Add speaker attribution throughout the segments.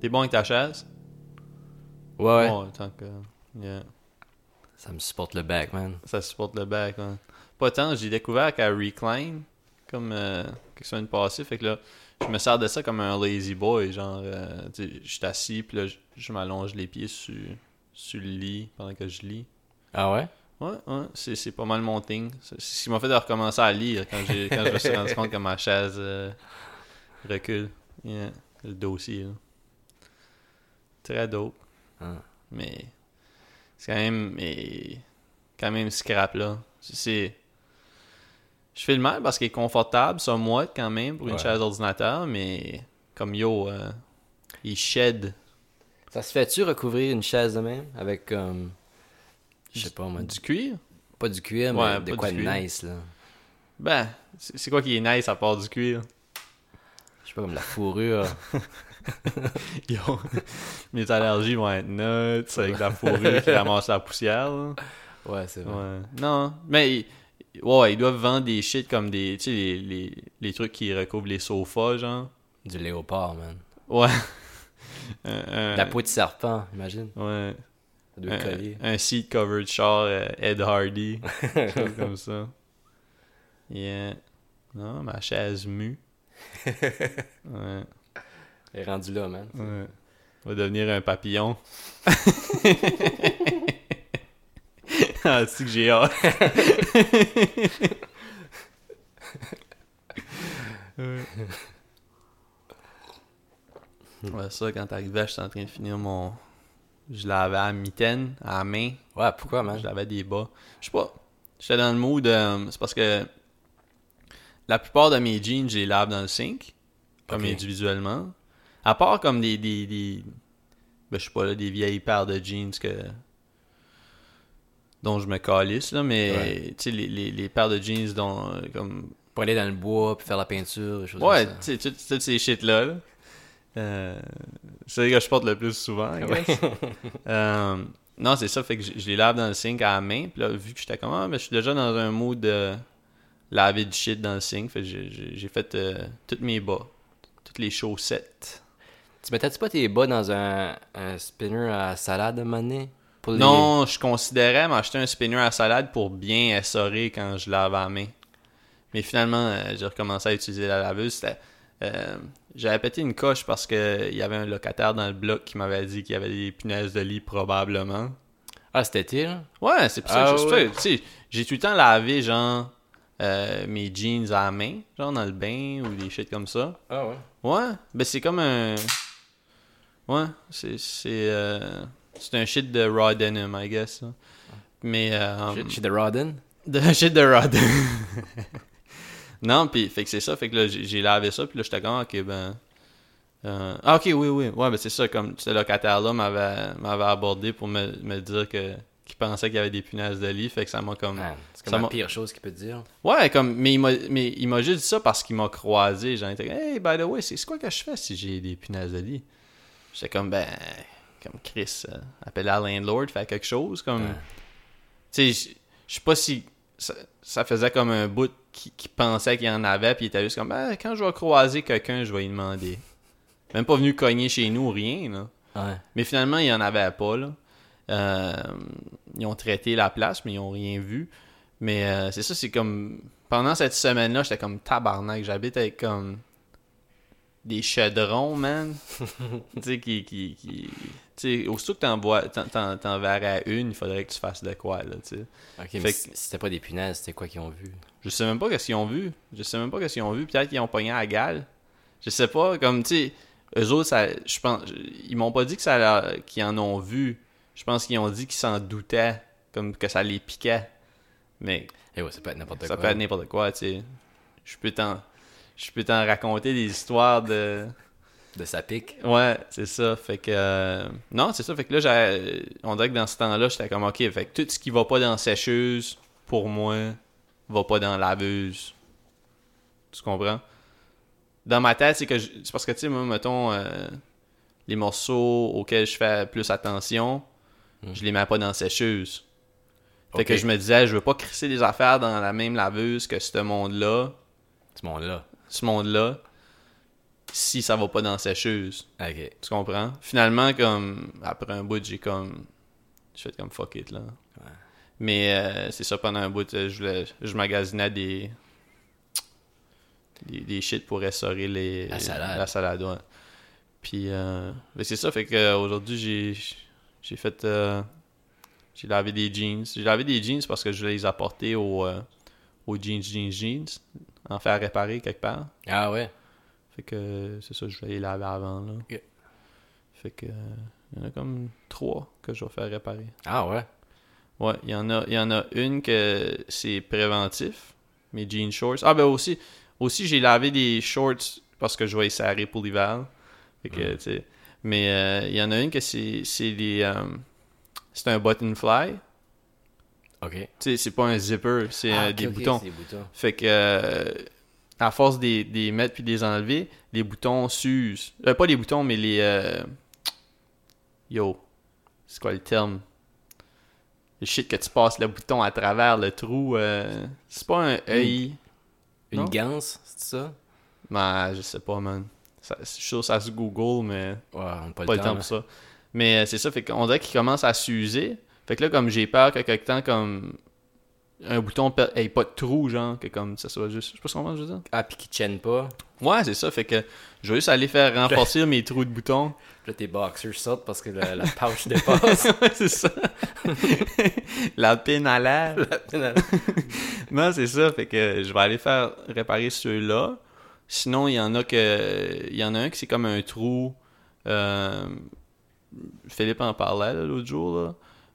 Speaker 1: T'es bon avec ta chaise?
Speaker 2: Ouais, ouais.
Speaker 1: Bon, tant que. yeah.
Speaker 2: Ça me supporte le back, man.
Speaker 1: Ça supporte le back, ouais. Pas tant, j'ai découvert qu'à Recline, comme euh, quelque chose de passé, fait que là, je me sers de ça comme un lazy boy. Genre, euh, tu sais, je suis assis, puis là, je- je m'allonge les pieds sur, sur le lit pendant que je lis.
Speaker 2: Ah ouais?
Speaker 1: Ouais, ouais, c'est, c'est pas mal mon thing. C'est c'est ce qui m'a fait de recommencer à lire quand, j'ai, quand je me suis rendu compte que ma chaise euh, recule. Yeah, Le dossier, là. Très dope.
Speaker 2: Ah.
Speaker 1: Mais c'est quand même, mais, quand même scrap, là. C'est- C'est... Je fais le mal parce qu'il est confortable, ça moite quand même, pour une
Speaker 2: Ouais.
Speaker 1: chaise d'ordinateur, mais comme yo, euh, il shed
Speaker 2: Ça se fait-tu recouvrir une chaise de même avec, comme. je sais pas, moi, du-
Speaker 1: du cuir.
Speaker 2: pas du cuir, mais
Speaker 1: Ouais,
Speaker 2: de
Speaker 1: pas
Speaker 2: quoi
Speaker 1: du
Speaker 2: de
Speaker 1: cuir.
Speaker 2: nice, là.
Speaker 1: Ben, c'est c'est quoi qui est nice à part du cuir?
Speaker 2: Je sais pas, comme la fourrure.
Speaker 1: Yo, mes allergies vont être nuts avec la fourrure qui ramasse la poussière. là.
Speaker 2: ouais, c'est vrai.
Speaker 1: Ouais. Non, mais ils- ouais, ils doivent vendre des shit comme des, tu sais, les, les, les trucs qui recouvrent les sofas, genre.
Speaker 2: Du léopard, man.
Speaker 1: Ouais. un, un-
Speaker 2: La peau de serpent, imagine.
Speaker 1: ouais.
Speaker 2: Ça doit
Speaker 1: Un-
Speaker 2: coller.
Speaker 1: Un, seat covered char euh, Ed Hardy, quelque chose comme ça. Yeah. Non, ma chaise mue. Ouais.
Speaker 2: Elle est rendue là, man.
Speaker 1: Ouais. Va devenir un papillon. ah, c'est que j'ai hâte. ouais. Ouais, ça, quand t'arrivais, j'étais en train de finir mon. Je l'avais à mitaine, à la main.
Speaker 2: Ouais, pourquoi, man?
Speaker 1: Je l'avais des bas. Je sais pas. J'étais dans le mood. euh, c'est parce que la plupart de mes jeans, je les lave dans le sink, comme
Speaker 2: Ok.
Speaker 1: individuellement. À part comme des. des, des- ben, je sais pas, là, des vieilles paires de jeans que dont je me calisse, là, mais
Speaker 2: Ouais.
Speaker 1: tu sais, les, les, les paires de jeans dont. euh, comme
Speaker 2: Pour aller dans le bois, puis faire la peinture, des choses
Speaker 1: Ouais,
Speaker 2: comme ça.
Speaker 1: tu sais, tout- toutes ces shit-là. là. Euh, c'est les que je porte le plus souvent, I guess. Euh, non, c'est ça, fait que je, je les lave dans le sink à la main. Puis là, vu que j'étais comme, ah, mais je suis déjà dans un mode de laver du shit dans le sink. Fait que j'ai- j'ai j'ai fait euh, toutes mes bas, toutes les chaussettes.
Speaker 2: Tu mettais-tu pas tes bas dans un, un spinner à salade à un moment donné? Pour les-
Speaker 1: Non, je considérais m'acheter un spinner à salade pour bien essorer quand je lave à la main. Mais finalement, euh, j'ai recommencé à utiliser la laveuse. C'était- euh, J'avais pété une coche parce qu'il y avait un locataire dans le bloc qui m'avait dit qu'il y avait des punaises de lit probablement.
Speaker 2: Ah, c'était t'es, là?
Speaker 1: Ouais, c'est pour ça
Speaker 2: Ah
Speaker 1: que je
Speaker 2: ouais.
Speaker 1: fais. Tu sais, j'ai tout le temps lavé, genre, euh, mes jeans à la main, genre dans le bain ou des shit comme ça.
Speaker 2: Ah ouais.
Speaker 1: Ouais, ben c'est comme un. Ouais, c'est. C'est euh, c'est un shit de raw denim, I guess. là. Mais. euh,
Speaker 2: Chez- Chez The Rodden?
Speaker 1: de shit de raw denim. non, pis, fait que c'est ça, fait que là, j'ai j'ai lavé ça, puis là, j'étais comme, ok, ben. euh, ah, ok, oui, oui, ouais, ben c'est ça, comme ce locataire-là m'avait m'avait abordé pour me, me dire que qu'il pensait qu'il y avait des punaises de lit, fait que ça m'a comme.
Speaker 2: Man, c'est
Speaker 1: Ça
Speaker 2: comme
Speaker 1: m'a-
Speaker 2: la pire chose qu'il peut te dire.
Speaker 1: Ouais, comme, mais il m'a mais il m'a juste dit ça parce qu'il m'a croisé. Genre, il était comme, hey, by the way, c'est c'est quoi que je fais si j'ai des punaises de lit? J'étais comme, ben, comme Chris, euh, appelle la landlord, fais quelque chose. Comme,
Speaker 2: Ouais.
Speaker 1: tu sais, je- je sais pas si ça, ça faisait comme un bout qui, qui pensait qu'il y en avait, puis il était juste comme, ben, quand je vais croiser quelqu'un, je vais lui demander. Même pas venu cogner chez nous, rien, là.
Speaker 2: Ouais.
Speaker 1: Mais finalement, il n'y en avait pas. Là. Euh, ils ont traité la place, mais ils n'ont rien vu. Mais euh, c'est ça, c'est comme. Pendant cette semaine-là, j'étais comme tabarnak. J'habite avec comme. Des chaudrons, man. tu sais, qui. qui, qui... Tu sais, aussitôt que t'en vois- t'en- t'en- t'en verrais une, il faudrait que tu fasses de quoi, là, tu sais.
Speaker 2: Ok,
Speaker 1: Fait
Speaker 2: mais
Speaker 1: que-
Speaker 2: c- c'était pas des punaises, c'était quoi qu'ils ont vu?
Speaker 1: Je sais même pas qu'est-ce qu'ils ont vu. Je sais même pas qu'est-ce qu'ils ont vu. Peut-être qu'ils ont pogné à la gale. Je sais pas. Comme, tu sais, eux autres, ça, je pense, ils m'ont pas dit que ça leur- qu'ils en ont vu. Je pense qu'ils ont dit qu'ils s'en doutaient. Comme que ça les piquait. Mais
Speaker 2: Eh ouais, ça peut être n'importe quoi.
Speaker 1: ça peut être n'importe quoi, tu sais. Je peux t'en... Je peux t'en raconter des histoires de...
Speaker 2: De sa pique.
Speaker 1: Ouais, c'est ça. Fait que. euh, Non, c'est ça. Fait que là, j'ai- on dirait que dans ce temps-là, j'étais comme, OK, fait que tout ce qui va pas dans la sécheuse, pour moi, va pas dans la laveuse. Tu comprends? Dans ma tête, c'est que. je- C'est parce que, tu sais, moi, mettons, euh, les morceaux auxquels je fais plus attention, je les mets pas dans la sécheuse. Fait
Speaker 2: Ok.
Speaker 1: que je me disais, je veux pas crisser des affaires dans la même laveuse que ce monde-là
Speaker 2: Ce monde-là.
Speaker 1: ce monde-là. si ça va pas dans la sécheuse.
Speaker 2: Ok.
Speaker 1: Tu comprends? Finalement, comme après un bout, j'ai comme. Je fais comme fuck it là. Mais euh, c'est ça, pendant un bout, euh, je, voulais- je magasinais des. des, des shit pour restaurer les,
Speaker 2: La salade.
Speaker 1: La salade, ouais. Puis, euh, mais c'est ça, fait qu'aujourd'hui, j'ai. J'ai fait. euh, j'ai lavé des jeans. J'ai lavé des jeans parce que je voulais les apporter au, euh, au jeans, jeans, jeans. En faire réparer quelque part.
Speaker 2: Ah ouais.
Speaker 1: Fait que c'est ça, je voulais les laver avant. Là.
Speaker 2: Ok.
Speaker 1: Fait que il y en a comme trois que je vais faire réparer.
Speaker 2: Ah ouais.
Speaker 1: Ouais, il y en a, il y en a une que c'est préventif, mes jeans shorts. Ah ben aussi, aussi j'ai lavé des shorts parce que je vais les serrer pour l'hiver. Fait que tu sais, mais euh, il y en a une que c'est c'est des euh, c'est un button fly.
Speaker 2: Ok.
Speaker 1: Tu sais, c'est pas un zipper, c'est
Speaker 2: Ah,
Speaker 1: euh,
Speaker 2: ok,
Speaker 1: des
Speaker 2: ok,
Speaker 1: boutons.
Speaker 2: c'est Des boutons.
Speaker 1: Fait que euh, à force des, des mettre puis des enlever, les boutons s'usent. Euh, pas les boutons, mais les euh, yo, c'est quoi le terme Le shit que tu passes le bouton à travers le trou, euh, c'est pas un œil.
Speaker 2: Une
Speaker 1: Non?
Speaker 2: ganse, c'est ça?
Speaker 1: Ben, je sais pas, man. Ça, je suis sûr que ça se Google, mais
Speaker 2: Ouais, on n'a pas,
Speaker 1: pas le temps
Speaker 2: là.
Speaker 1: pour ça. Mais euh, c'est ça, fait qu'on dirait qu'il commence à s'user. Fait que là, comme j'ai peur que quelque temps, comme un bouton per- ait pas de trou, genre, que comme ça soit juste. Je sais pas comment je veux dire.
Speaker 2: Ah, puis qui tiennent pas.
Speaker 1: Ouais, c'est ça. Fait que je vais juste aller faire renforcer mes trous de boutons.
Speaker 2: Puis là, tes boxers sortent parce que la, la pouch dépasse.
Speaker 1: Ouais, c'est ça. La pine à l'air. Non, c'est ça. Fait que je vais aller faire réparer ceux-là. Sinon, il y en a que. Il y en a un qui c'est comme un trou. euh, Philippe en parlait là, l'autre jour. là.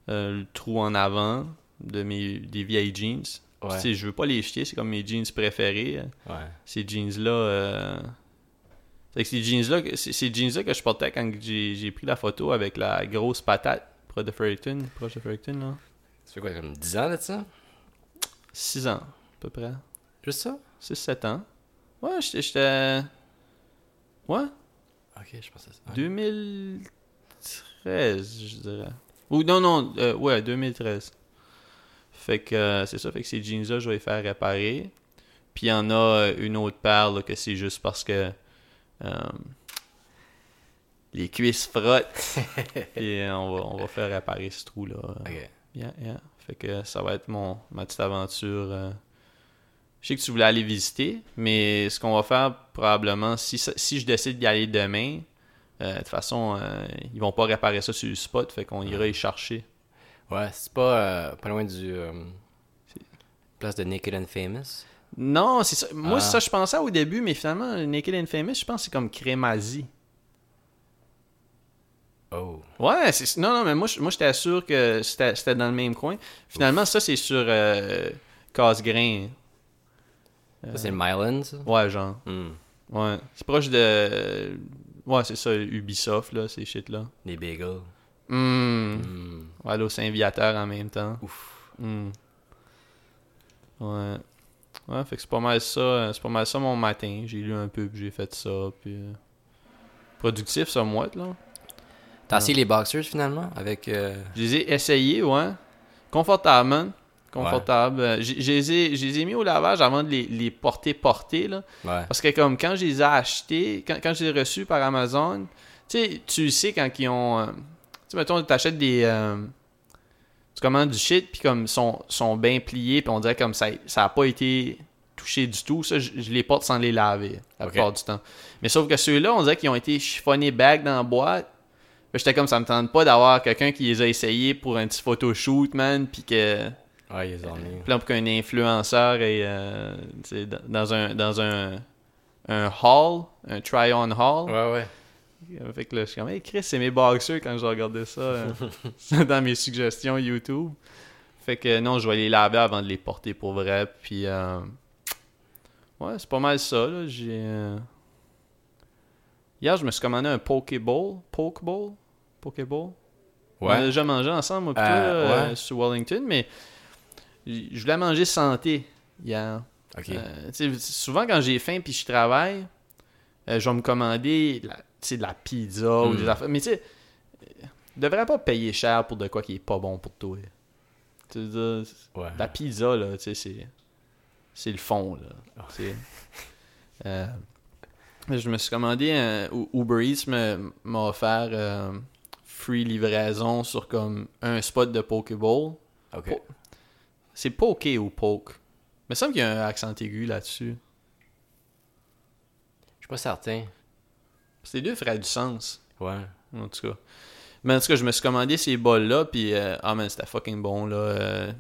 Speaker 1: Euh, le trou en avant de mes des vieilles jeans.
Speaker 2: Ouais.
Speaker 1: Tu sais, je veux pas les chier, c'est comme mes jeans préférés.
Speaker 2: ouais.
Speaker 1: ces jeans là que ces jeans là que, ces- ces jeans là que je portais quand j'ai j'ai pris la photo avec la grosse patate près de Fredericton proche de Fredericton là
Speaker 2: Ça fait quoi, comme 10 ans de ça?
Speaker 1: 6 ans à peu près
Speaker 2: Juste ça?
Speaker 1: 6 7 ans ouais j'étais- j'étais ouais
Speaker 2: Ok, je pensais ça.
Speaker 1: 2013 je dirais ou non non euh, ouais 2013 fait que euh, c'est ça fait que ces jeans là je vais les faire réparer puis il y en a euh, une autre paire là, que c'est juste parce que euh, les cuisses frottent. Puis euh, on va, on va faire réparer ce trou-là.
Speaker 2: Ok.
Speaker 1: Yeah, yeah. Fait que ça va être mon, ma petite aventure. euh. Je sais que tu voulais aller visiter, mais ce qu'on va faire probablement, si, ça- si je décide d'y aller demain, euh, de toute façon, euh, ils vont pas réparer ça sur le spot, fait qu'on ira y chercher.
Speaker 2: Ouais, c'est pas, euh, pas loin du. euh, place de Naked and Famous.
Speaker 1: Non, c'est ça. Moi,
Speaker 2: Ah.
Speaker 1: c'est ça que je pensais au début, mais finalement, Naked and Famous, je pense que c'est comme Crémazie.
Speaker 2: Oh.
Speaker 1: Ouais, c'est... non, non, mais moi, je- moi j'étais sûr que c'était, c'était dans le même coin. Finalement, ça, c'est sur euh, Casse-Grain.
Speaker 2: Ça,
Speaker 1: Euh.
Speaker 2: c'est le Myland, ça?
Speaker 1: Ouais, genre.
Speaker 2: Hmm.
Speaker 1: Ouais. C'est proche de. Ouais, c'est ça, Ubisoft, là, ces shit-là.
Speaker 2: Les bagels.
Speaker 1: Hum.
Speaker 2: Hmm.
Speaker 1: Ouais, là, au Saint-Viateur en même temps.
Speaker 2: Ouf.
Speaker 1: Hmm. Ouais. Ouais, fait que c'est pas mal ça. euh, C'est pas mal ça mon matin. J'ai lu un peu, puis j'ai fait ça, puis. euh, Productif, ça, moi, là.
Speaker 2: T'as
Speaker 1: Ouais.
Speaker 2: essayé les boxers finalement? Avec. euh,
Speaker 1: Je les ai essayés, ouais. Confortable, man. Confortable. Euh, j'ai- Je les ai- je les ai mis au lavage avant de les, les porter porter, là.
Speaker 2: Ouais.
Speaker 1: Parce que comme quand je les ai achetés, quand, quand je les ai reçus par Amazon, tu sais, tu sais quand ils ont... euh, tu sais, mettons, t'achètes des... euh, tu commandes du shit, puis comme ils sont, sont bien pliés, puis on dirait comme ça ça a pas été touché du tout. Ça, je, je les porte sans les laver la
Speaker 2: Ok.
Speaker 1: plupart du temps. Mais sauf que ceux-là, on dirait qu'ils ont été chiffonnés back dans la boîte. Fait que J'étais comme, ça me tente pas d'avoir quelqu'un qui les a essayés pour un petit photoshoot, man, puis que...
Speaker 2: Ouais, ils ont mis.
Speaker 1: Puis là, pour qu'un influenceur est euh, tu sais, dans- dans un dans un, un hall, un try-on hall.
Speaker 2: Ouais, ouais.
Speaker 1: Euh, Fait que là, je suis comme, hey Chris, c'est mes boxers quand je regardais ça euh, c'est dans mes suggestions YouTube. Fait que euh, non, je vais les laver avant de les porter pour vrai. Puis euh, ouais, c'est pas mal ça. là. J'ai euh, hier, je me suis commandé un pokeball, pokeball, pokeball. On a
Speaker 2: Ouais.
Speaker 1: déjà mangé ensemble, moi, pis toi,
Speaker 2: Euh,
Speaker 1: là,
Speaker 2: ouais.
Speaker 1: euh, sur Wellington, mais j- je voulais manger santé hier.
Speaker 2: Ok.
Speaker 1: Euh, tu sais, souvent, quand j'ai faim puis je travaille, euh, je vais me commander la- tu sais, de la pizza ou
Speaker 2: Mm.
Speaker 1: des affaires. Mais tu sais, euh, devrais pas payer cher pour de quoi qui est pas bon pour toi. Tu veux dire,
Speaker 2: Ouais.
Speaker 1: la pizza, là, tu sais, c'est. C'est le fond, là.
Speaker 2: Ah.
Speaker 1: tu sais. Euh, Mais Je me suis commandé un U- Uber Eats me- m'a offert euh, free livraison sur comme un spot de Pokéball.
Speaker 2: Ok.
Speaker 1: Po- C'est poké ou poke? Il me semble qu'il y a un accent aigu là-dessus.
Speaker 2: Je suis pas certain.
Speaker 1: Ces deux feraient du sens,
Speaker 2: Ouais.
Speaker 1: en tout cas. Mais en tout cas, je me suis commandé ces bols-là, puis euh, ah man, c'était fucking bon, là. euh,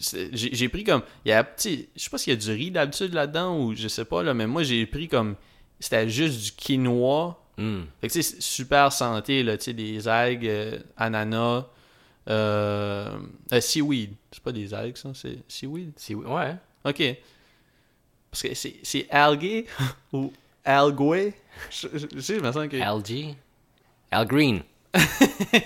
Speaker 1: c'est- j'ai j'ai pris comme... Il y a un petit... Je sais pas s'il y a du riz d'habitude là-dedans, ou je sais pas, là, mais moi, j'ai pris comme... C'était juste du quinoa.
Speaker 2: Hmm.
Speaker 1: Fait que, tu sais, c'est super santé, là, tu sais, des algues, euh, ananas, euh, euh, seaweed. C'est pas des algues, ça, c'est seaweed?
Speaker 2: Si oui. Ouais.
Speaker 1: Ok. Parce que c'est, c'est algae ou algué. Je, je, je sais, je me sens que.
Speaker 2: Algae. Al Green.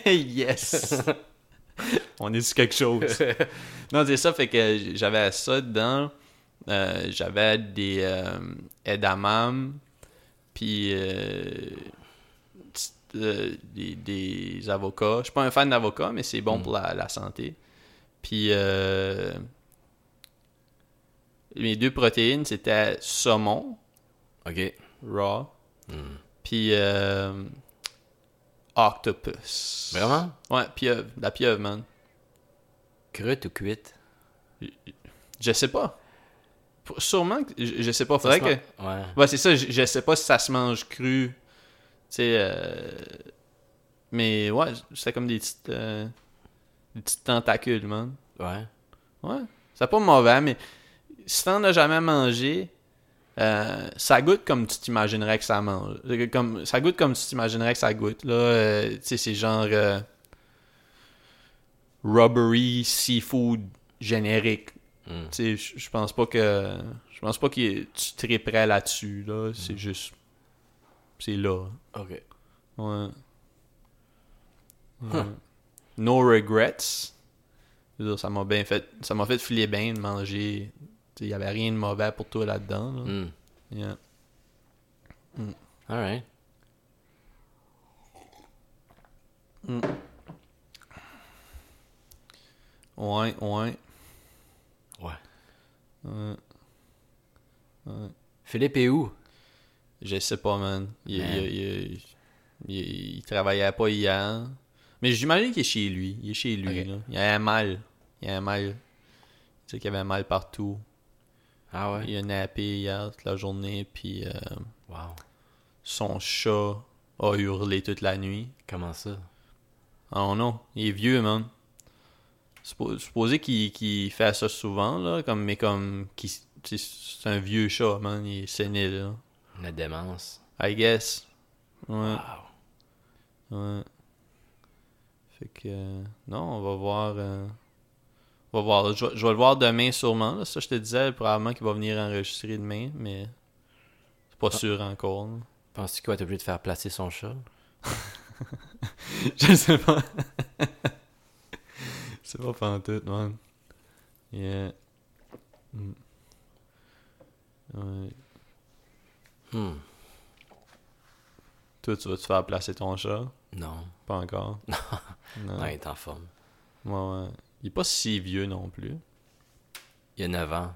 Speaker 1: yes! On est sur quelque chose. non, c'est ça, fait que j'avais ça dedans. Euh, j'avais des euh, edamame, puis euh, petite, euh, des, des avocats. Je suis pas un fan d'avocats, mais c'est bon pour la, la santé. Puis euh, mes deux protéines, c'était saumon,
Speaker 2: Ok.
Speaker 1: raw, puis euh, octopus.
Speaker 2: Vraiment?
Speaker 1: Ouais, pieuvre, la pieuvre, man.
Speaker 2: Crute ou cuite?
Speaker 1: Je sais pas. Pour- Sûrement que. Je, je sais pas.
Speaker 2: Ça
Speaker 1: Faudrait
Speaker 2: se
Speaker 1: que.
Speaker 2: man- Ouais.
Speaker 1: Ouais, c'est ça. Je, je sais pas si ça se mange cru. Tu sais. euh, Mais ouais, c'était comme des petites. euh, Des petites tentacules, man.
Speaker 2: Ouais.
Speaker 1: Ouais. C'est pas mauvais, mais si t'en as jamais mangé, euh, ça goûte comme tu t'imaginerais que ça mange. Euh, Comme, ça goûte comme tu t'imaginerais que ça goûte. Là, euh, tu sais, c'est genre euh, rubbery seafood générique.
Speaker 2: Hmm.
Speaker 1: Tu sais, je- je pense pas que. Je pense pas que tu triperais là-dessus, là. C'est juste. C'est là.
Speaker 2: Ok.
Speaker 1: Ouais. Ouais. No regrets. Je veux dire, ça m'a bien fait. Ça m'a fait filer bien de manger. Il n'y avait rien de mauvais pour toi là-dedans. là.
Speaker 2: Hmm.
Speaker 1: Yeah.
Speaker 2: Alright.
Speaker 1: Ouais, ouais.
Speaker 2: Ouais.
Speaker 1: ouais.
Speaker 2: Philippe est où?
Speaker 1: Je sais pas, man. Il,
Speaker 2: Man.
Speaker 1: il- il- il- il travaillait pas hier. Mais j'imagine qu'il est chez lui. Il est chez lui.
Speaker 2: Ok.
Speaker 1: là. Il y a un mal. Il y a un mal. Tu sais qu'il y avait un mal partout.
Speaker 2: Ah ouais?
Speaker 1: Il a nappé hier toute la journée. Puis euh,
Speaker 2: Wow.
Speaker 1: son chat a hurlé toute la nuit.
Speaker 2: Comment ça?
Speaker 1: Oh non, il est vieux, man. Suppo- Supposé qu'il qu'il fait ça souvent, là, comme, mais comme. qu'il- tu sais, C'est un vieux chat, man. Il est sénile,
Speaker 2: La démence.
Speaker 1: là. I guess. Ouais,
Speaker 2: Wow.
Speaker 1: ouais. Fait que. euh, non, on va voir. euh, on va voir. Je, vais- je vais le voir demain, sûrement. là. Ça, je te disais, probablement qu'il va venir enregistrer demain, mais. C'est pas sûr encore. là.
Speaker 2: Penses-tu qu'il va être obligé de faire placer son chat?
Speaker 1: Je sais pas. c'est pas pantoute, man. Yeah. Mm. Ouais.
Speaker 2: Hmm.
Speaker 1: Toi, tu vas te faire placer ton chat?
Speaker 2: Non.
Speaker 1: Pas encore. non.
Speaker 2: Non, il est en forme.
Speaker 1: Ouais, ouais. Il est pas si vieux non plus.
Speaker 2: Il a 9 ans.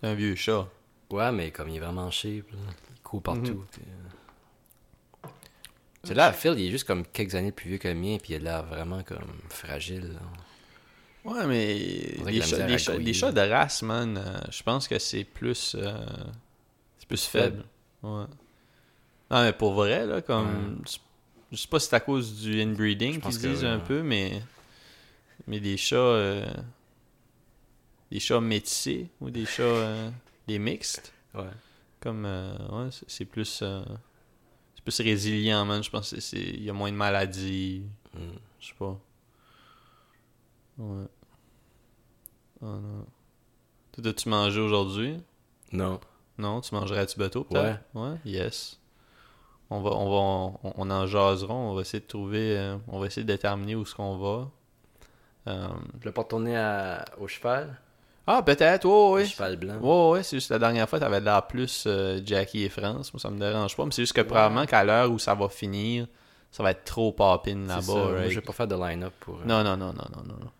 Speaker 1: C'est un vieux chat.
Speaker 2: Ouais, mais comme il est vraiment cheap, là, il court partout. puis, euh. C'est là, Phil, il est juste comme quelques années plus vieux que le mien, puis il a l'air vraiment comme fragile. là.
Speaker 1: Ouais, mais
Speaker 2: On dirait
Speaker 1: des chats,
Speaker 2: que la misère
Speaker 1: des,
Speaker 2: à
Speaker 1: chats,
Speaker 2: grouiller.
Speaker 1: des chats de race, man, euh, je pense que c'est plus, euh, c'est plus faible.
Speaker 2: Faible.
Speaker 1: Ouais. Non, mais pour vrai, là, comme. c'est- Je sais pas si c'est à cause du inbreeding
Speaker 2: pense
Speaker 1: qu'ils
Speaker 2: que
Speaker 1: disent
Speaker 2: oui,
Speaker 1: un
Speaker 2: ouais.
Speaker 1: peu, mais. Mais des chats. euh, des chats métissés ou des chats. euh, des mixtes.
Speaker 2: Ouais.
Speaker 1: Comme. euh, ouais, c'est- c'est plus. euh, c'est plus résilient, man. Je pense que c'est- il y a moins de maladies.
Speaker 2: Hmm.
Speaker 1: Je sais pas. Ouais. Oh non. Toi, tu mangé aujourd'hui?
Speaker 2: Non.
Speaker 1: Non, tu mangerais-tu bateau peut-être? Ouais. yes. On va, on va, on, on en jasera, on va essayer de trouver, euh, on va essayer de déterminer où est-ce qu'on va. Euh,
Speaker 2: Je l'ai pas retourné à- au cheval.
Speaker 1: Ah, peut-être, ouais,
Speaker 2: Au
Speaker 1: ouais.
Speaker 2: cheval blanc.
Speaker 1: Ouais, ouais, c'est juste la dernière fois, t'avais de l'air plus euh, Jackie et France. Moi, ça me dérange pas, mais c'est juste que probablement qu'à l'heure où ça va finir, ça va être trop poppin
Speaker 2: C'est
Speaker 1: là-bas.
Speaker 2: ça. Moi,
Speaker 1: right?
Speaker 2: je vais pas faire de line-up pour. euh,
Speaker 1: Non, non, non, non, non, non. non.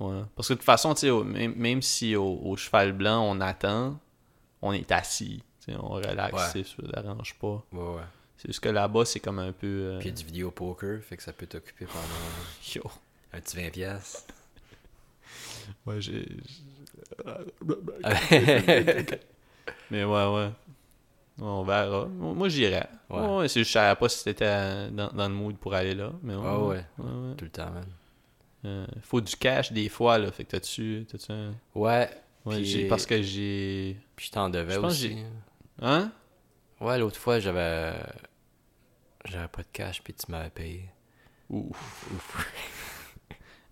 Speaker 1: Ouais. Parce que de toute façon, tu sais, au- même, même si au, au cheval blanc, on attend, on est assis. T'sais, on relaxe, c'est-
Speaker 2: Ouais.
Speaker 1: ça dérange pas.
Speaker 2: Ouais, ouais.
Speaker 1: C'est juste que là-bas, c'est comme un peu. euh,
Speaker 2: Puis il y a du vidéo poker, fait que ça peut t'occuper pendant
Speaker 1: yo.
Speaker 2: un petit 20$. piastres.
Speaker 1: Ouais, j'ai. Mais ouais, ouais. On verra. Moi, j'irai.
Speaker 2: Ouais.
Speaker 1: Ouais. ouais, c'est juste, je savais pas si c'était euh, dans, dans le mood pour aller là. Mais ouais.
Speaker 2: Ah ouais.
Speaker 1: ouais.
Speaker 2: Tout le temps, man.
Speaker 1: Euh, faut du cash des fois, là. Fait que t'as-tu. T'as-tu un.
Speaker 2: Ouais,
Speaker 1: Ouais,
Speaker 2: Puis-
Speaker 1: j'ai- parce que j'ai.
Speaker 2: puis je t'en devais
Speaker 1: Je pense que
Speaker 2: aussi.
Speaker 1: j'ai- Hein?
Speaker 2: Ouais, l'autre fois, j'avais. euh, J'avais pas de cash, puis tu m'avais payé.
Speaker 1: Ouf.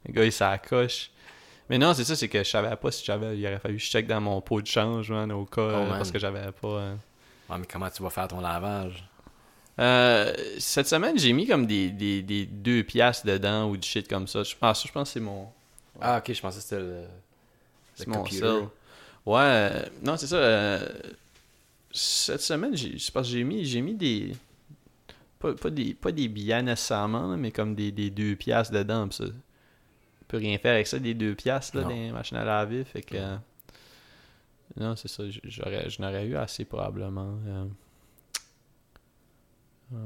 Speaker 1: Le gars, il s'accroche. Mais non, c'est ça, c'est que je savais pas si j'avais. Il aurait fallu que je check dans mon pot de change, man, au cas. euh,
Speaker 2: Oh, man.
Speaker 1: parce que j'avais pas. euh,
Speaker 2: Ouais, mais comment tu vas faire ton lavage?
Speaker 1: Euh, cette semaine, j'ai mis comme des, des, des deux piastres dedans ou du shit comme ça. Je, ah, ça, je pense que c'est mon,
Speaker 2: Ah, ok, je pensais que c'était le.
Speaker 1: c'est
Speaker 2: le
Speaker 1: mon
Speaker 2: computer.
Speaker 1: sel. Ouais, euh, non, c'est ça. euh, cette semaine, j'ai- c'est parce que j'ai mis, j'ai mis des. Pas, pas des, pas des billets nécessairement, là, mais comme des, des deux piastres dedans. Pis ça. On peut rien faire avec ça, des deux piastres là,
Speaker 2: Non.
Speaker 1: dans les machines à laver. Fait que.
Speaker 2: Non.
Speaker 1: euh, non, c'est ça. j- J'aurais, je n'aurais eu assez probablement. euh. Euh,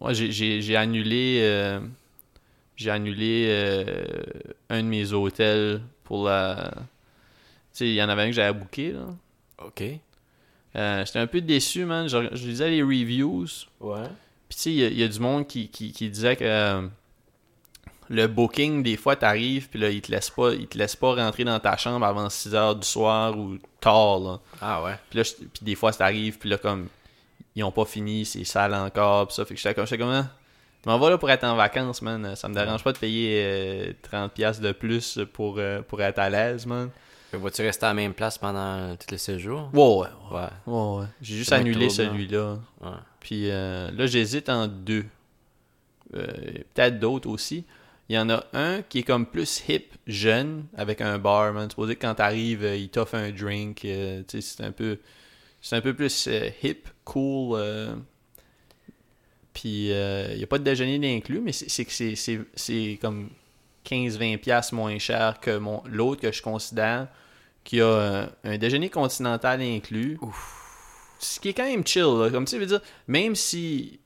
Speaker 1: ouais, j'ai, j'ai, j'ai annulé. euh, j'ai annulé euh, un de mes hôtels pour la. Tu sais, il y en avait un que j'avais booké, là.
Speaker 2: Ok.
Speaker 1: Euh, J'étais un peu déçu, man. Je, je lisais les reviews.
Speaker 2: Ouais.
Speaker 1: Puis, tu sais, il y a- il y, a du monde qui, qui, qui disait que euh, le booking, des fois, t'arrives, puis là, ils te laissent pas, ils te laissent pas rentrer dans ta chambre avant 6 heures du soir ou tard, là.
Speaker 2: Ah ouais.
Speaker 1: Puis là, je- puis des fois, ça arrive, puis là, comme, ils ont pas fini, c'est sale encore, puis ça. Fait que j'étais comme, j'étais comme, Ah, je m'en vais là pour être en vacances, man. Ça me dérange pas de payer euh, 30$ piastres de plus pour, euh, pour être à l'aise, man.
Speaker 2: Mais vas-tu rester à la même place pendant tout le séjour?
Speaker 1: Ouais, ouais, ouais.
Speaker 2: Ouais.
Speaker 1: Ouais, ouais. J'ai juste
Speaker 2: C'est bien
Speaker 1: annulé
Speaker 2: troublant.
Speaker 1: celui-là.
Speaker 2: Ouais.
Speaker 1: Puis euh, là, j'hésite en deux. Euh, Peut-être d'autres aussi. Il y en a un qui est comme plus hip, jeune, avec un bar, man. Supposé que quand t'arrives, euh, il t'offre un drink. euh, tu sais, c'est un peu... C'est un peu plus euh, hip, cool. euh. Puis euh, il n'y a pas de déjeuner d'inclus, mais c'est- c'est que c'est- c'est c'est comme 15-20$ piastres moins cher que mon l'autre que je considère, qui a euh, un déjeuner continental inclus. Ce qui est quand même chill, là. Comme tu sais, je veux dire, même si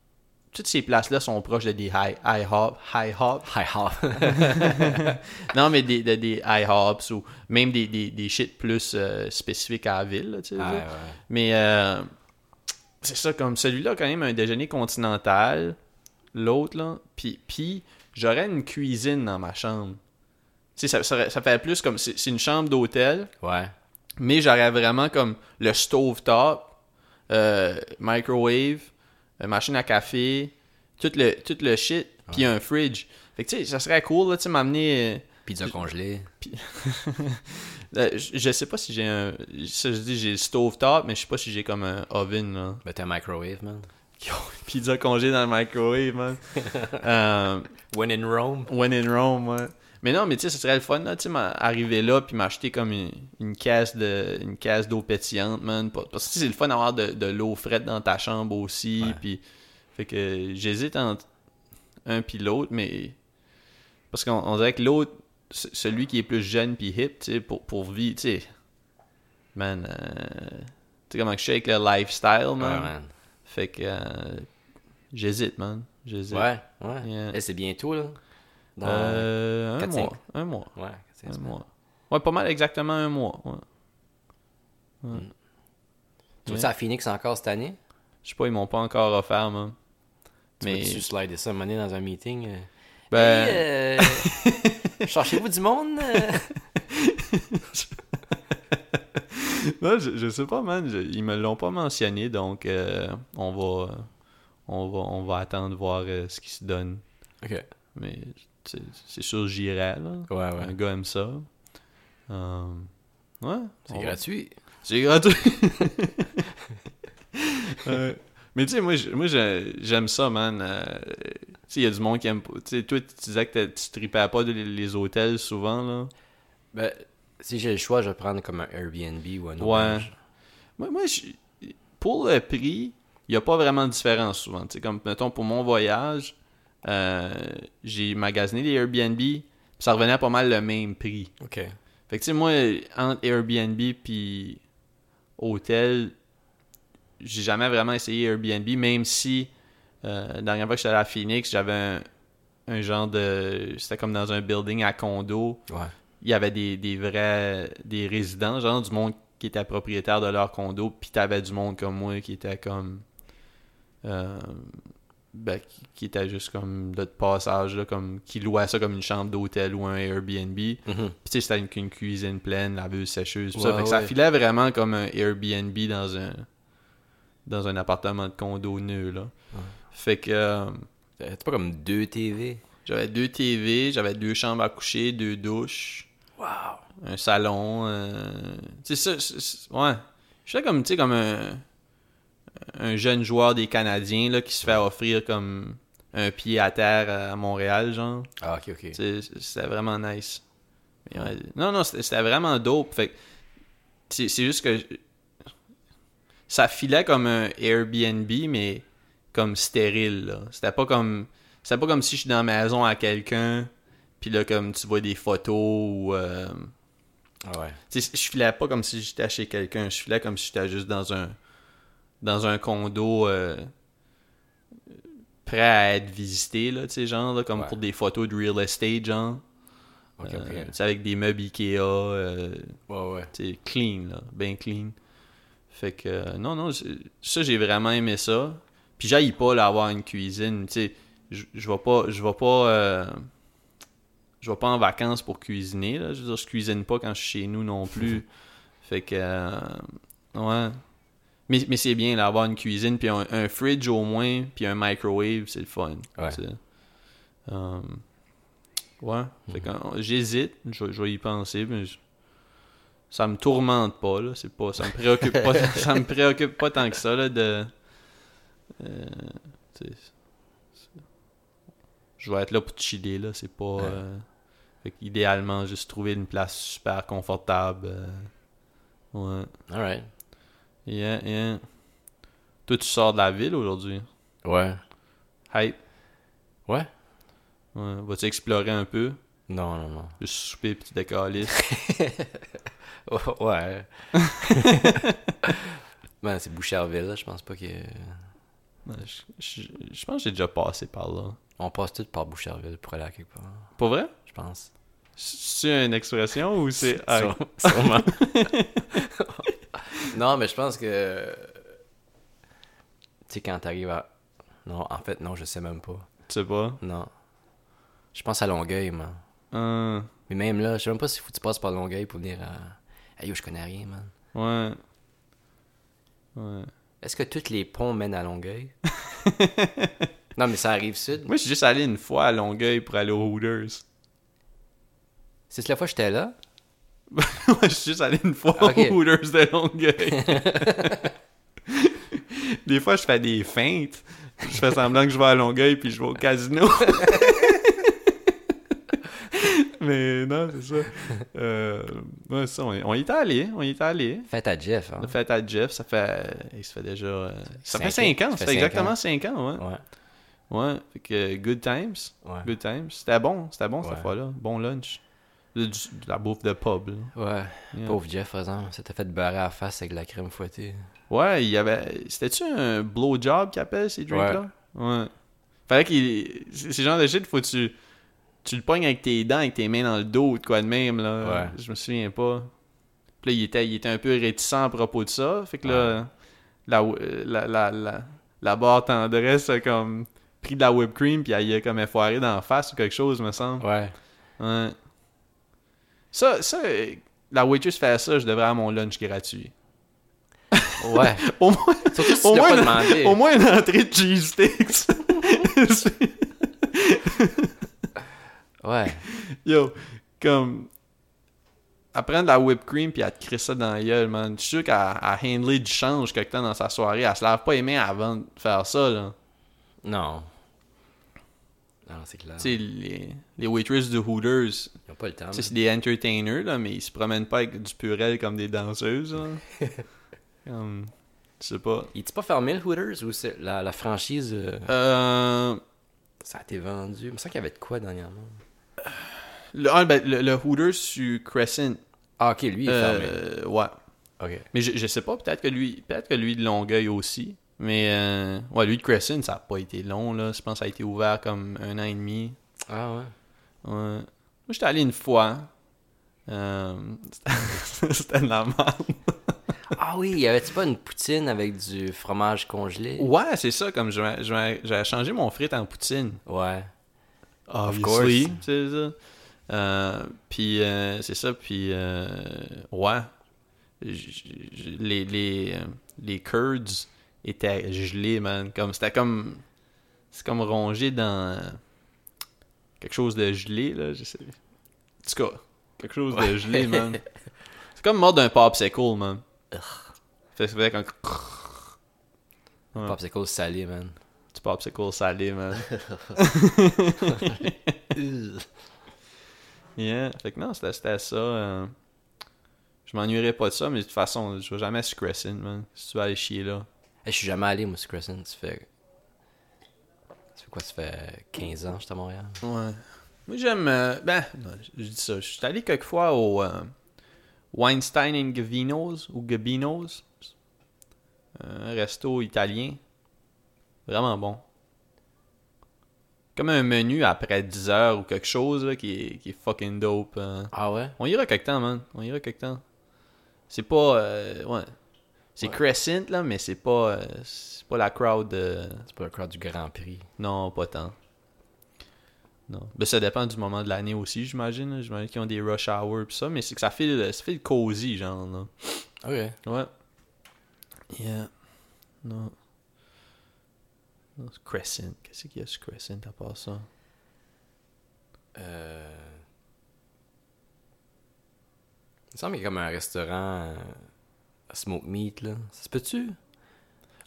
Speaker 1: toutes ces places-là sont proches de des high, high hop, high hop,
Speaker 2: Hi hop.
Speaker 1: non, mais des, des, des IHOPs ou même des, des, des shit plus euh, spécifiques à la ville, là, tu sais. je veux
Speaker 2: Ah
Speaker 1: dire.
Speaker 2: ouais.
Speaker 1: Mais euh, c'est ça, comme celui-là, quand même, un déjeuner continental. L'autre, là. Puis, puis j'aurais une cuisine dans ma chambre. Tu sais, ça, ça, ça fait plus comme. C'est c'est une chambre d'hôtel,
Speaker 2: Ouais.
Speaker 1: mais j'aurais vraiment comme le stove top, euh, microwave, euh, machine à café, tout le, tout le shit, puis un fridge. Fait que, tu sais, ça serait cool, là, tu sais, m'amener. euh,
Speaker 2: Pizza congelée.
Speaker 1: euh, je, je sais pas si j'ai un. Ça, je dis, j'ai le stove top, mais je sais pas si j'ai comme un oven, là.
Speaker 2: Ben t'es un microwave, man.
Speaker 1: Yo, pizza congé dans le microwave, man. Euh,
Speaker 2: When in Rome.
Speaker 1: when in Rome, ouais. Mais non, mais tu sais, ce serait le fun, là, tu sais, m'a- arriver là, puis m'acheter comme une, une caisse de une caisse d'eau pétillante, man. Pas- Parce que tu sais, c'est le fun d'avoir de, de l'eau frette dans ta chambre aussi,
Speaker 2: Ouais.
Speaker 1: puis... Fait que j'hésite entre un puis l'autre, mais... Parce qu'on on dirait que l'autre, ce- celui qui est plus jeune puis hip, tu sais, pour, pour vie, tu sais... Man, euh, Tu sais comment que je suis avec le lifestyle,
Speaker 2: Ouais,
Speaker 1: man.
Speaker 2: man.
Speaker 1: Fait que euh, j'hésite, man. J'hésite.
Speaker 2: Ouais, ouais.
Speaker 1: Yeah.
Speaker 2: Eh, c'est bientôt, là. Dans-
Speaker 1: Euh, un
Speaker 2: quatre,
Speaker 1: mois.
Speaker 2: cinq.
Speaker 1: Un mois.
Speaker 2: Ouais, c'est
Speaker 1: Un mois. Ouais, pas mal exactement un mois. ouais.
Speaker 2: Tu vas-tu à Phoenix encore cette année?
Speaker 1: Je sais pas, ils m'ont pas encore offert, man.
Speaker 2: Mais...
Speaker 1: Mais-
Speaker 2: Tu vas-tu slider ça, mener dans un meeting? euh,
Speaker 1: Ben,
Speaker 2: Hey, euh, Cherchez-vous du monde? euh? euh?
Speaker 1: non, je, je sais pas, man. Je- ils me l'ont pas mentionné, donc euh, on va. euh, On va, on va attendre voir euh, ce qui se donne.
Speaker 2: Ok. Ouais,
Speaker 1: Mais tu sais, c'est sûr, j'irai. là. Un
Speaker 2: ouais.
Speaker 1: gars aime ça. Euh, ouais.
Speaker 2: C'est
Speaker 1: on va-
Speaker 2: gratuit.
Speaker 1: C'est gratuit. Euh, mais tu sais, moi, je- moi je- j'aime ça, man. Euh, tu sais, il y a du monde qui aime pas. Tu sais, toi, tu disais que t'as- tu tripais pas de- les, hôtels souvent, là.
Speaker 2: Ben, si j'ai le choix, je vais prendre comme un Airbnb ou un
Speaker 1: Ouais.
Speaker 2: auberge.
Speaker 1: Moi, moi je- pour le prix, il n'y a pas vraiment de différence souvent. Tu sais, comme, mettons, pour mon voyage, euh, j'ai magasiné les Airbnb, puis ça revenait à pas mal le même prix.
Speaker 2: Ok.
Speaker 1: Fait que tu sais, moi, entre Airbnb puis hôtel, j'ai jamais vraiment essayé Airbnb, même si euh, la dernière fois que j'étais allé à Phoenix, j'avais un, un genre de. C'était comme dans un building à condo.
Speaker 2: Ouais.
Speaker 1: Il y avait des, des vrais. des résidents, genre du monde qui était propriétaire de leur condo, puis t'avais du monde comme moi qui était comme. euh, ben, qui- qui était juste comme de passage, là, comme, qui louait ça comme une chambre d'hôtel ou un Airbnb.
Speaker 2: Mhm.
Speaker 1: Puis tu sais, c'était une, une cuisine pleine, laveuse sécheuse, pis ça.
Speaker 2: Ouais,
Speaker 1: Fait que ça
Speaker 2: ouais.
Speaker 1: filait vraiment comme un Airbnb dans un dans un appartement de condo nul, là. Fait que euh,
Speaker 2: T'as pas comme deux TV?
Speaker 1: j'avais deux TV, j'avais deux chambres à coucher, deux douches,
Speaker 2: Wow!
Speaker 1: un salon. euh, Tu sais, ça, c'est- c'est- ouais. Je comme, tu sais, comme un, un jeune joueur des Canadiens, là, qui se fait offrir comme un pied à terre à Montréal, genre.
Speaker 2: Ah, ok, ok.
Speaker 1: Tu sais, C'était vraiment nice. Mais ouais, non, non, c'était c'était vraiment dope. Fait que c'est c'est juste que je- ça filait comme un Airbnb, mais comme stérile. là. C'était pas comme c'était pas comme si je suis dans la maison à quelqu'un, puis là, comme tu vois des photos ou. euh,
Speaker 2: Ah ouais.
Speaker 1: tu sais, je filais pas comme si j'étais chez quelqu'un. Je filais comme si j'étais juste dans un dans un condo euh, prêt à être visité, là, tu sais, genre, là, comme
Speaker 2: Ouais.
Speaker 1: pour des photos de real estate, genre.
Speaker 2: Ok,
Speaker 1: Euh,
Speaker 2: ok.
Speaker 1: tu sais, avec des meubles Ikea, euh,
Speaker 2: Ouais, ouais.
Speaker 1: tu sais, clean, là, bien clean. Fait que, euh, non, non, c'est- ça, j'ai vraiment aimé ça. Puis j'aille pas, là, avoir une cuisine, tu sais, je je vais pas, je vais pas, euh, je vais pas en vacances pour cuisiner, là, je veux dire, je cuisine pas quand je suis chez nous non plus. fait que, euh, ouais. Mais, mais c'est bien, là, avoir une cuisine, puis un, un fridge au moins, puis un microwave, c'est le fun.
Speaker 2: Ouais.
Speaker 1: tu sais. Euh, ouais. Fait que, euh, j'hésite, je, je vais y penser, mais je- ça me tourmente pas, là. C'est pas, ça me préoccupe pas, ça me préoccupe pas tant que ça, là, de... euh, tu sais, c'est- je vais être là pour chiller, là. C'est pas... euh, fait idéalement, juste trouver une place super confortable. euh, ouais.
Speaker 2: Alright.
Speaker 1: Yeah, yeah. Toi, tu sors de la ville aujourd'hui.
Speaker 2: Ouais.
Speaker 1: Hype.
Speaker 2: Ouais?
Speaker 1: Ouais. Vas-tu explorer un peu?
Speaker 2: Non, non, non.
Speaker 1: Juste souper puis tu décalisses.
Speaker 2: Oh, ouais. ben, c'est Boucherville, là. Je pense pas que.
Speaker 1: Ouais, je, je- je pense que j'ai déjà passé par là.
Speaker 2: On passe tout par Boucherville pour aller à quelque part.
Speaker 1: Pour vrai?
Speaker 2: Je pense.
Speaker 1: C'est une expression ou c'est... Ah,
Speaker 2: Sûre- sûrement. non, mais je pense que. Tu sais, quand t'arrives à. Non, en fait, non, je sais même pas.
Speaker 1: tu sais pas.
Speaker 2: Non. Je pense à Longueuil, man.
Speaker 1: Hein,
Speaker 2: Mais même là, je sais même pas si faut que tu passes par Longueuil pour venir à. Hey, yo, je connais rien, man.
Speaker 1: ouais. Ouais.
Speaker 2: Est-ce que tous les ponts mènent à Longueuil? non, mais ça arrive sud.
Speaker 1: Moi, je suis juste allé une fois à Longueuil pour aller aux Hooters.
Speaker 2: C'est la fois que j'étais là?
Speaker 1: Moi, je suis juste allé une fois
Speaker 2: Ah, Ok.
Speaker 1: aux Hooters de Longueuil. des fois, je fais des feintes. Je fais semblant que je vais à Longueuil puis je vais au casino. Mais non, c'est ça. Euh, ouais, ça, on, y- on y est allé. On y est allé.
Speaker 2: Fête à Jeff, hein?
Speaker 1: On a fait à Jeff, ça fait. Il se fait déjà. euh, ça
Speaker 2: Cinq
Speaker 1: fait 5
Speaker 2: ans.
Speaker 1: ans.
Speaker 2: Ça
Speaker 1: Ça
Speaker 2: fait
Speaker 1: fait
Speaker 2: cinq ans.
Speaker 1: exactement 5 ans, ouais.
Speaker 2: Ouais.
Speaker 1: Ouais. Fait que good times.
Speaker 2: Ouais.
Speaker 1: Good times. C'était bon. C'était bon
Speaker 2: Ouais.
Speaker 1: cette fois-là. Bon lunch. Du- de la bouffe de pub. là.
Speaker 2: Ouais.
Speaker 1: Yeah.
Speaker 2: Pauvre Jeff, par exemple, s'était fait beurrer à la face avec de la crème fouettée.
Speaker 1: Ouais, il y avait. C'était-tu un blowjob qu'ils appellent ces drinks-là? Ouais. Fallait qu'il. C'est c'est le genre de shit, faut que tu. Tu le pognes avec tes dents, avec tes mains dans le dos ou de quoi de même, là.
Speaker 2: Ouais.
Speaker 1: Je me souviens pas. Puis là, il était, il était un peu réticent à propos de ça. Fait que là, la, euh, la, la, la, la barre tendresse a comme pris de la whipped cream, puis il a comme effoiré dans la face ou quelque chose, me semble.
Speaker 2: Ouais.
Speaker 1: Ouais. Ça, ça, euh, la waitress fait ça, je devrais avoir mon lunch gratuit.
Speaker 2: Ouais.
Speaker 1: Au moins,
Speaker 2: Surtout si
Speaker 1: Au
Speaker 2: tu l'as
Speaker 1: moins,
Speaker 2: pas demandé.
Speaker 1: Au moins une entrée de cheesesteaks. C'est-
Speaker 2: Ouais.
Speaker 1: Yo, comme. Elle prend de la whipped cream puis elle te crisse ça dans la gueule, man. Je suis sûr qu'elle a handlé du change quelque temps dans sa soirée. Elle se lave pas les mains avant de faire ça, là.
Speaker 2: Non. Non, c'est clair.
Speaker 1: Tu sais, les, les waitresses du Hooters,
Speaker 2: Ils n'ont pas le temps.
Speaker 1: tu sais, c'est des entertainers, là, mais ils se promènent pas avec du purel comme des danseuses, là. Comme. Je sais pas.
Speaker 2: Il t'a pas fermé le Hooters ou c'est la, la franchise euh,
Speaker 1: Euh.
Speaker 2: ça a été vendu? Il me semble qu'il y avait de quoi dernièrement.
Speaker 1: Le, ah, ben, le, le Hooters sur Crescent.
Speaker 2: Ah ok, lui il est fermé.
Speaker 1: euh, ouais.
Speaker 2: Ok.
Speaker 1: Mais je, je sais pas, peut-être que lui peut-être que lui de Longueuil aussi. Mais euh, ouais, lui de Crescent, ça a pas été long, là. Je pense que ça a été ouvert comme un an et demi.
Speaker 2: Ah ouais.
Speaker 1: Ouais. Moi, j'étais allé une fois. Euh, c'était- C'était de la merde.
Speaker 2: Ah oui, y avait-tu pas une poutine avec du fromage congelé?
Speaker 1: Ouais, c'est ça, comme je vais- je vais- j'avais changé mon frit en poutine.
Speaker 2: Ouais.
Speaker 1: Obviously. C'est ça. Euh, puis euh, c'est ça, puis euh, ouais. J- j- Les, les, euh, les curds étaient gelés, man. Comme, c'était comme. C'est comme rongé dans euh, quelque chose de gelé, là. Je sais. En tout cas, quelque chose de gelé, man. C'est comme mort d'un popsicle, man. Fait, ça fait quand Ouais.
Speaker 2: Popsicle salé, man.
Speaker 1: tu popsicle salé, man.
Speaker 2: Ugh.
Speaker 1: Yeah. Fait que non, c'était c'était ça. euh, Je m'ennuierais pas de ça, mais de toute façon, je vais jamais sur Crescent, man. Si tu vas aller chier là.
Speaker 2: Hey, Eh, je suis jamais allé, moi, sur Crescent. Ça fait. Ça fait quoi? Ça fait 15 ans que j'étais à Montréal.
Speaker 1: Ouais. Moi, j'aime. euh, ben, non, je je dis ça. Je suis allé quelquefois au euh, Weinstein and Gavino's ou Gabino's. Un resto italien. Vraiment bon. Comme un menu après 10 heures ou quelque chose là, qui, est, qui est fucking dope. hein.
Speaker 2: Ah ouais?
Speaker 1: On ira quelque temps, man. On ira quelque temps. C'est pas. euh, ouais. C'est
Speaker 2: Ouais.
Speaker 1: Crescent, là, mais c'est pas. euh, c'est pas la crowd. euh,
Speaker 2: C'est pas le crowd du Grand Prix.
Speaker 1: Non, pas tant. Non. Ben, ça dépend du moment de l'année aussi, j'imagine. là. J'imagine qu'ils ont des rush hours pis ça, mais c'est que ça fait, le- ça fait le cozy, genre, là.
Speaker 2: Ok.
Speaker 1: Ouais. Yeah. Non. Non, c'est Crescent. Qu'est-ce qu'il y a sur Crescent à part ça?
Speaker 2: Euh... Il me semble qu'il y a comme un restaurant euh, à Smoke Meat, là. Ça se peut-tu?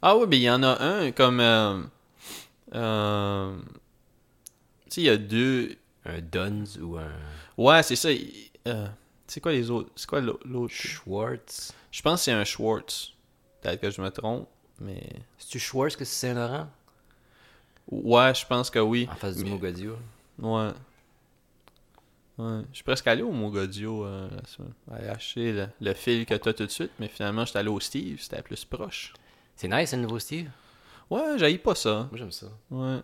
Speaker 1: Ah oui, mais il y en a un comme. euh, euh, tu sais, il y a deux.
Speaker 2: Un Duns ou un
Speaker 1: Ouais, c'est ça. il- euh, c'est quoi les autres C'est quoi l'au- l'autre
Speaker 2: Schwartz?
Speaker 1: Je pense que c'est un Schwartz. Peut-être que je me trompe, mais.
Speaker 2: C'est-tu Schwartz que c'est Saint-Laurent?
Speaker 1: Ouais, je pense que oui.
Speaker 2: En face du
Speaker 1: Mais-
Speaker 2: Mogadio.
Speaker 1: Ouais. Ouais. Je suis presque allé au Mogodio euh, la semaine. Aller acheter le, le fil que t'as tout de suite, mais finalement, j'étais allé au Steve, c'était plus proche.
Speaker 2: C'est nice, un nouveau Steve.
Speaker 1: Ouais, j'haïs pas ça.
Speaker 2: Moi, j'aime ça.
Speaker 1: Ouais.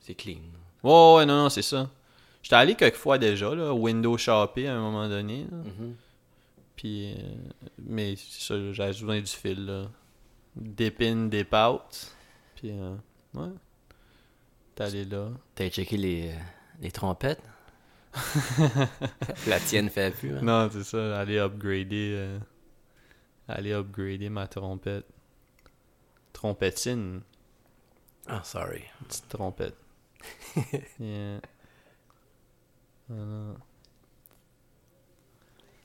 Speaker 2: C'est clean.
Speaker 1: Ouais, ouais, ouais, non, non, c'est ça. J'étais allé quelques fois déjà, là, window shopper à un moment donné. là.
Speaker 2: Mm. Mm-hmm.
Speaker 1: Puis, euh, mais c'est ça, j'avais besoin du fil, là. Dip in, dip out. Puis, euh, ouais. T'es allé là.
Speaker 2: T'as checké les, euh, les trompettes? La tienne fait plus, hein?
Speaker 1: Non, c'est ça, aller upgrader. euh, aller upgrader ma trompette. Trompettine.
Speaker 2: Ah, sorry.
Speaker 1: Petite trompette. Yeah. Ah non.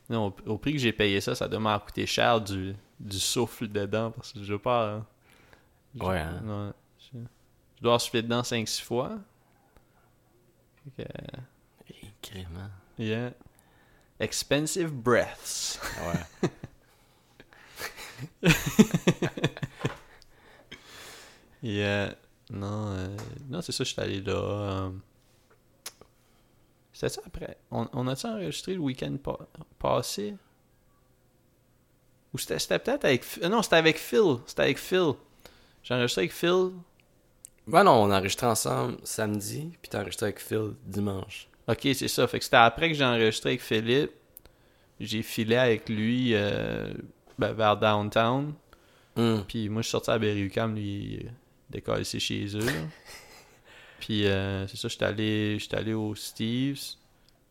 Speaker 1: Non, au, au prix que j'ai payé ça, ça doit m'en coûter cher du, du souffle dedans parce que je veux pas. hein. Je-
Speaker 2: Ouais, hein?
Speaker 1: ouais, je, je dois en souffler dedans 5-6 fois. Fait que,
Speaker 2: Crément.
Speaker 1: yeah. Expensive breaths.
Speaker 2: Ah Ouais.
Speaker 1: Yeah. Non, euh, non c'est ça, je suis allé là. euh. C'était ça après. On, on a-tu enregistré le week-end pa- passé Ou c'était c'était peut-être avec. Ph- Non, c'était avec Phil. C'était avec Phil. J'ai enregistré avec Phil.
Speaker 2: Ouais, Ben non, on enregistrait ensemble samedi, puis t'as enregistré avec Phil dimanche.
Speaker 1: Ok, c'est ça. Fait que c'était après que j'ai enregistré avec Philippe. J'ai filé avec lui euh, ben, vers downtown.
Speaker 2: Hum.
Speaker 1: Puis moi, je suis sorti à Berry-UQAM, lui, euh, décollé ici chez eux. là. Puis euh, c'est ça, j'étais allé, j'étais allé au Steve's.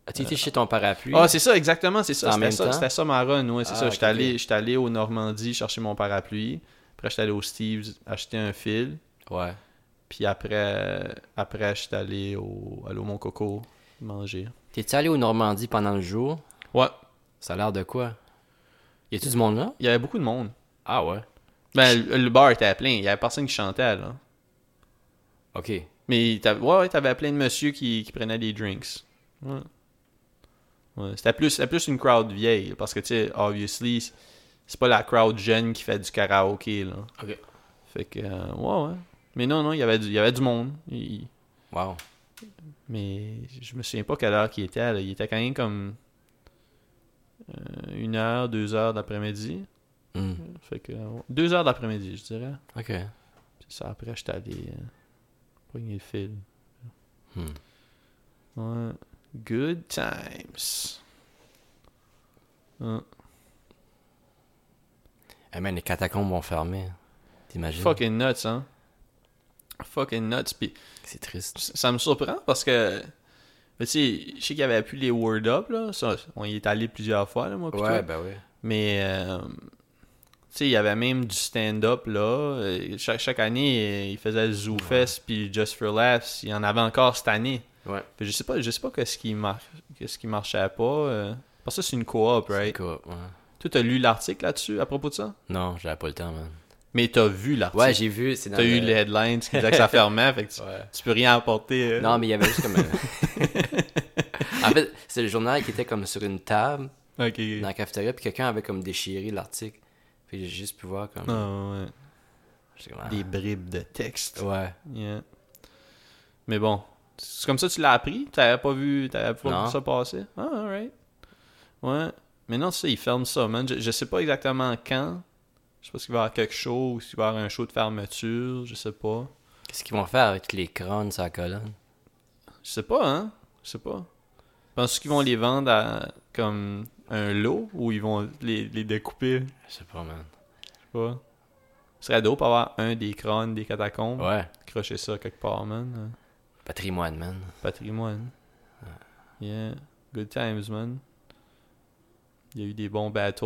Speaker 2: As-tu été Ah, chez ton parapluie?
Speaker 1: Ah, c'est ça, exactement, c'est ça.
Speaker 2: En
Speaker 1: C'était
Speaker 2: même
Speaker 1: ça,
Speaker 2: temps?
Speaker 1: c'était ça ma run, ouais, c'est
Speaker 2: Ah,
Speaker 1: ça.
Speaker 2: ok,
Speaker 1: J'étais allé,
Speaker 2: ok.
Speaker 1: j'étais allé au Normandie chercher mon parapluie. Après, j'étais allé au Steve's acheter un fil.
Speaker 2: Ouais.
Speaker 1: Puis après, après j'étais allé au Allô Mon Coco manger.
Speaker 2: T'es-tu allé au Normandie pendant le jour?
Speaker 1: Ouais,
Speaker 2: Ça a l'air de quoi? Y a-tu du monde là?
Speaker 1: il y avait beaucoup de monde.
Speaker 2: Ah ouais.
Speaker 1: Ben, le, le bar était plein, il y avait personne qui chantait, là.
Speaker 2: Ok.
Speaker 1: Mais t'avais, ouais, ouais, t'avais plein de monsieur qui, qui prenaient des drinks. Ouais. Ouais, c'était plus, c'était plus une crowd vieille, parce que, tu sais, obviously, c'est- c'est pas la crowd jeune qui fait du karaoké, là.
Speaker 2: Ok.
Speaker 1: Fait que, euh, ouais, ouais. Mais non, non, il y avait du, il y avait du monde. Il- il-
Speaker 2: Wow.
Speaker 1: mais je me souviens pas quelle heure qu'il était, là. Il était quand même comme euh, une heure, deux heures d'après-midi.
Speaker 2: Hmm.
Speaker 1: Fait que ouais, deux heures d'après-midi, je dirais.
Speaker 2: Ok. Eh,
Speaker 1: Puis ça, après, j'étais allé euh, pogner le fil.
Speaker 2: Hmm.
Speaker 1: Ouais. Good times. Hein.
Speaker 2: Eh man, les catacombes vont fermer. T'imagines?
Speaker 1: Fucking nuts, hein? Fucking nuts. Puis
Speaker 2: C'est triste.
Speaker 1: c- ça me surprend parce que. mais tu sais, je sais qu'il y avait plus les Word Up, là. Ça, on y est allé plusieurs fois, là, moi. pis toi.
Speaker 2: Ouais, ben ouais.
Speaker 1: Mais, euh, tu sais, il y avait même du stand-up, là. Euh, Chaque, chaque année, euh, il faisait le Zoo Fest, puis Just for Laughs. Il y en avait encore cette année.
Speaker 2: Ouais.
Speaker 1: Puis je sais pas, je sais pas qu'est-ce qui, mar... qu'est-ce qui marchait pas. euh. Parce que c'est une coop,
Speaker 2: C'est
Speaker 1: right?
Speaker 2: quoi, ouais.
Speaker 1: Toi, t'as lu l'article là-dessus, à propos de ça?
Speaker 2: Non, j'avais pas le temps, man.
Speaker 1: Mais t'as vu l'article.
Speaker 2: Ouais, j'ai vu. c'est dans
Speaker 1: T'as
Speaker 2: le-
Speaker 1: eu les headlines qui disaient que ça fermait, fait que tu,
Speaker 2: Ouais.
Speaker 1: tu peux rien apporter. euh.
Speaker 2: Non, mais il y avait juste comme. un- en fait, c'est le journal qui était comme sur une table
Speaker 1: Ok.
Speaker 2: dans la cafétéria, puis quelqu'un avait comme déchiré l'article. Puis j'ai juste pu voir comme.
Speaker 1: Ah, ouais.
Speaker 2: J'étais comme, ah.
Speaker 1: Des bribes de texte.
Speaker 2: Ouais.
Speaker 1: Yeah. Mais bon, c'est comme ça que tu l'as appris? T'avais pas vu, t'avais pas
Speaker 2: Non.
Speaker 1: vu ça passer? Ah, alright. Ouais. Mais non, tu sais, ils ferment ça, man. Je, je sais pas exactement quand. Je sais pas s'il va y avoir quelque show ou s'il va y avoir un show de fermeture, je sais pas.
Speaker 2: Qu'est-ce qu'ils vont faire avec les crânes sur la colonne
Speaker 1: Je sais pas, hein? Je sais pas. Penses-tu qu'ils vont les vendre à, comme un lot ou ils vont les, les découper?
Speaker 2: Je sais pas, man.
Speaker 1: Je sais pas. Ce serait dope avoir un des crânes des catacombes.
Speaker 2: Ouais.
Speaker 1: Crocher ça quelque part, man.
Speaker 2: Patrimoine, man.
Speaker 1: Patrimoine. Yeah. Good times, man. Il y a eu des bons battles.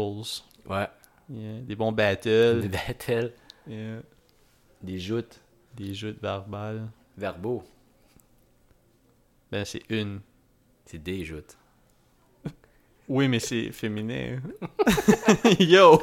Speaker 2: Ouais.
Speaker 1: Yeah. Des bons
Speaker 2: Des
Speaker 1: battles.
Speaker 2: battles,
Speaker 1: Yeah.
Speaker 2: des joutes,
Speaker 1: Des jeux de verbal.
Speaker 2: verbaux.
Speaker 1: Ben, c'est une.
Speaker 2: C'est des joutes.
Speaker 1: Oui, mais c'est féminin. Yo!